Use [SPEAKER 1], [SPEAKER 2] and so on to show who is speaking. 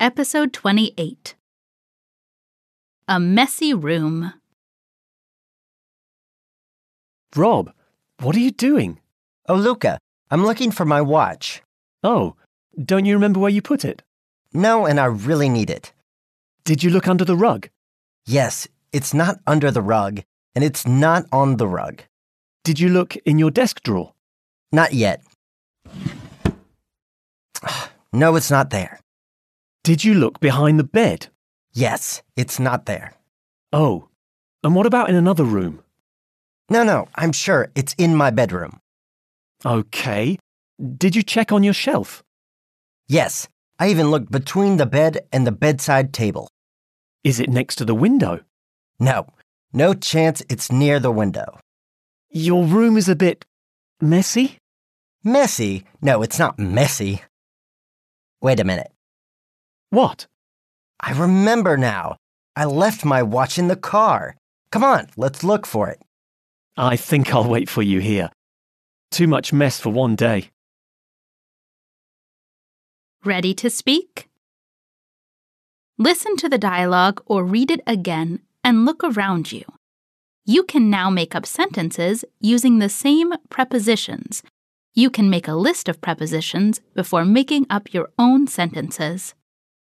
[SPEAKER 1] Episode 28 A Messy Room.
[SPEAKER 2] Rob, what are you doing?
[SPEAKER 3] Oh, Luca, I'm looking for my watch.
[SPEAKER 2] Oh, don't you remember where you put it?
[SPEAKER 3] No, and I really need it.
[SPEAKER 2] Did you look under the rug?
[SPEAKER 3] Yes, it's not under the rug, and it's not on the rug.
[SPEAKER 2] Did you look in your desk drawer?
[SPEAKER 3] Not yet. No, it's not there.
[SPEAKER 2] Did you look behind the bed?
[SPEAKER 3] Yes, it's not there.
[SPEAKER 2] Oh, and what about in another room?
[SPEAKER 3] No, no, I'm sure it's in my bedroom.
[SPEAKER 2] Okay. Did you check on your shelf?
[SPEAKER 3] Yes, I even looked between the bed and the bedside table.
[SPEAKER 2] Is it next to the window?
[SPEAKER 3] No, no chance it's near the window.
[SPEAKER 2] Your room is a bit messy?
[SPEAKER 3] Messy? No, it's not messy. Wait a minute.
[SPEAKER 2] What?
[SPEAKER 3] I remember now. I left my watch in the car. Come on, let's look for it.
[SPEAKER 2] I think I'll wait for you here. Too much mess for one day.
[SPEAKER 1] Ready to speak? Listen to the dialogue or read it again and look around you. You can now make up sentences using the same prepositions. You can make a list of prepositions before making up your own sentences.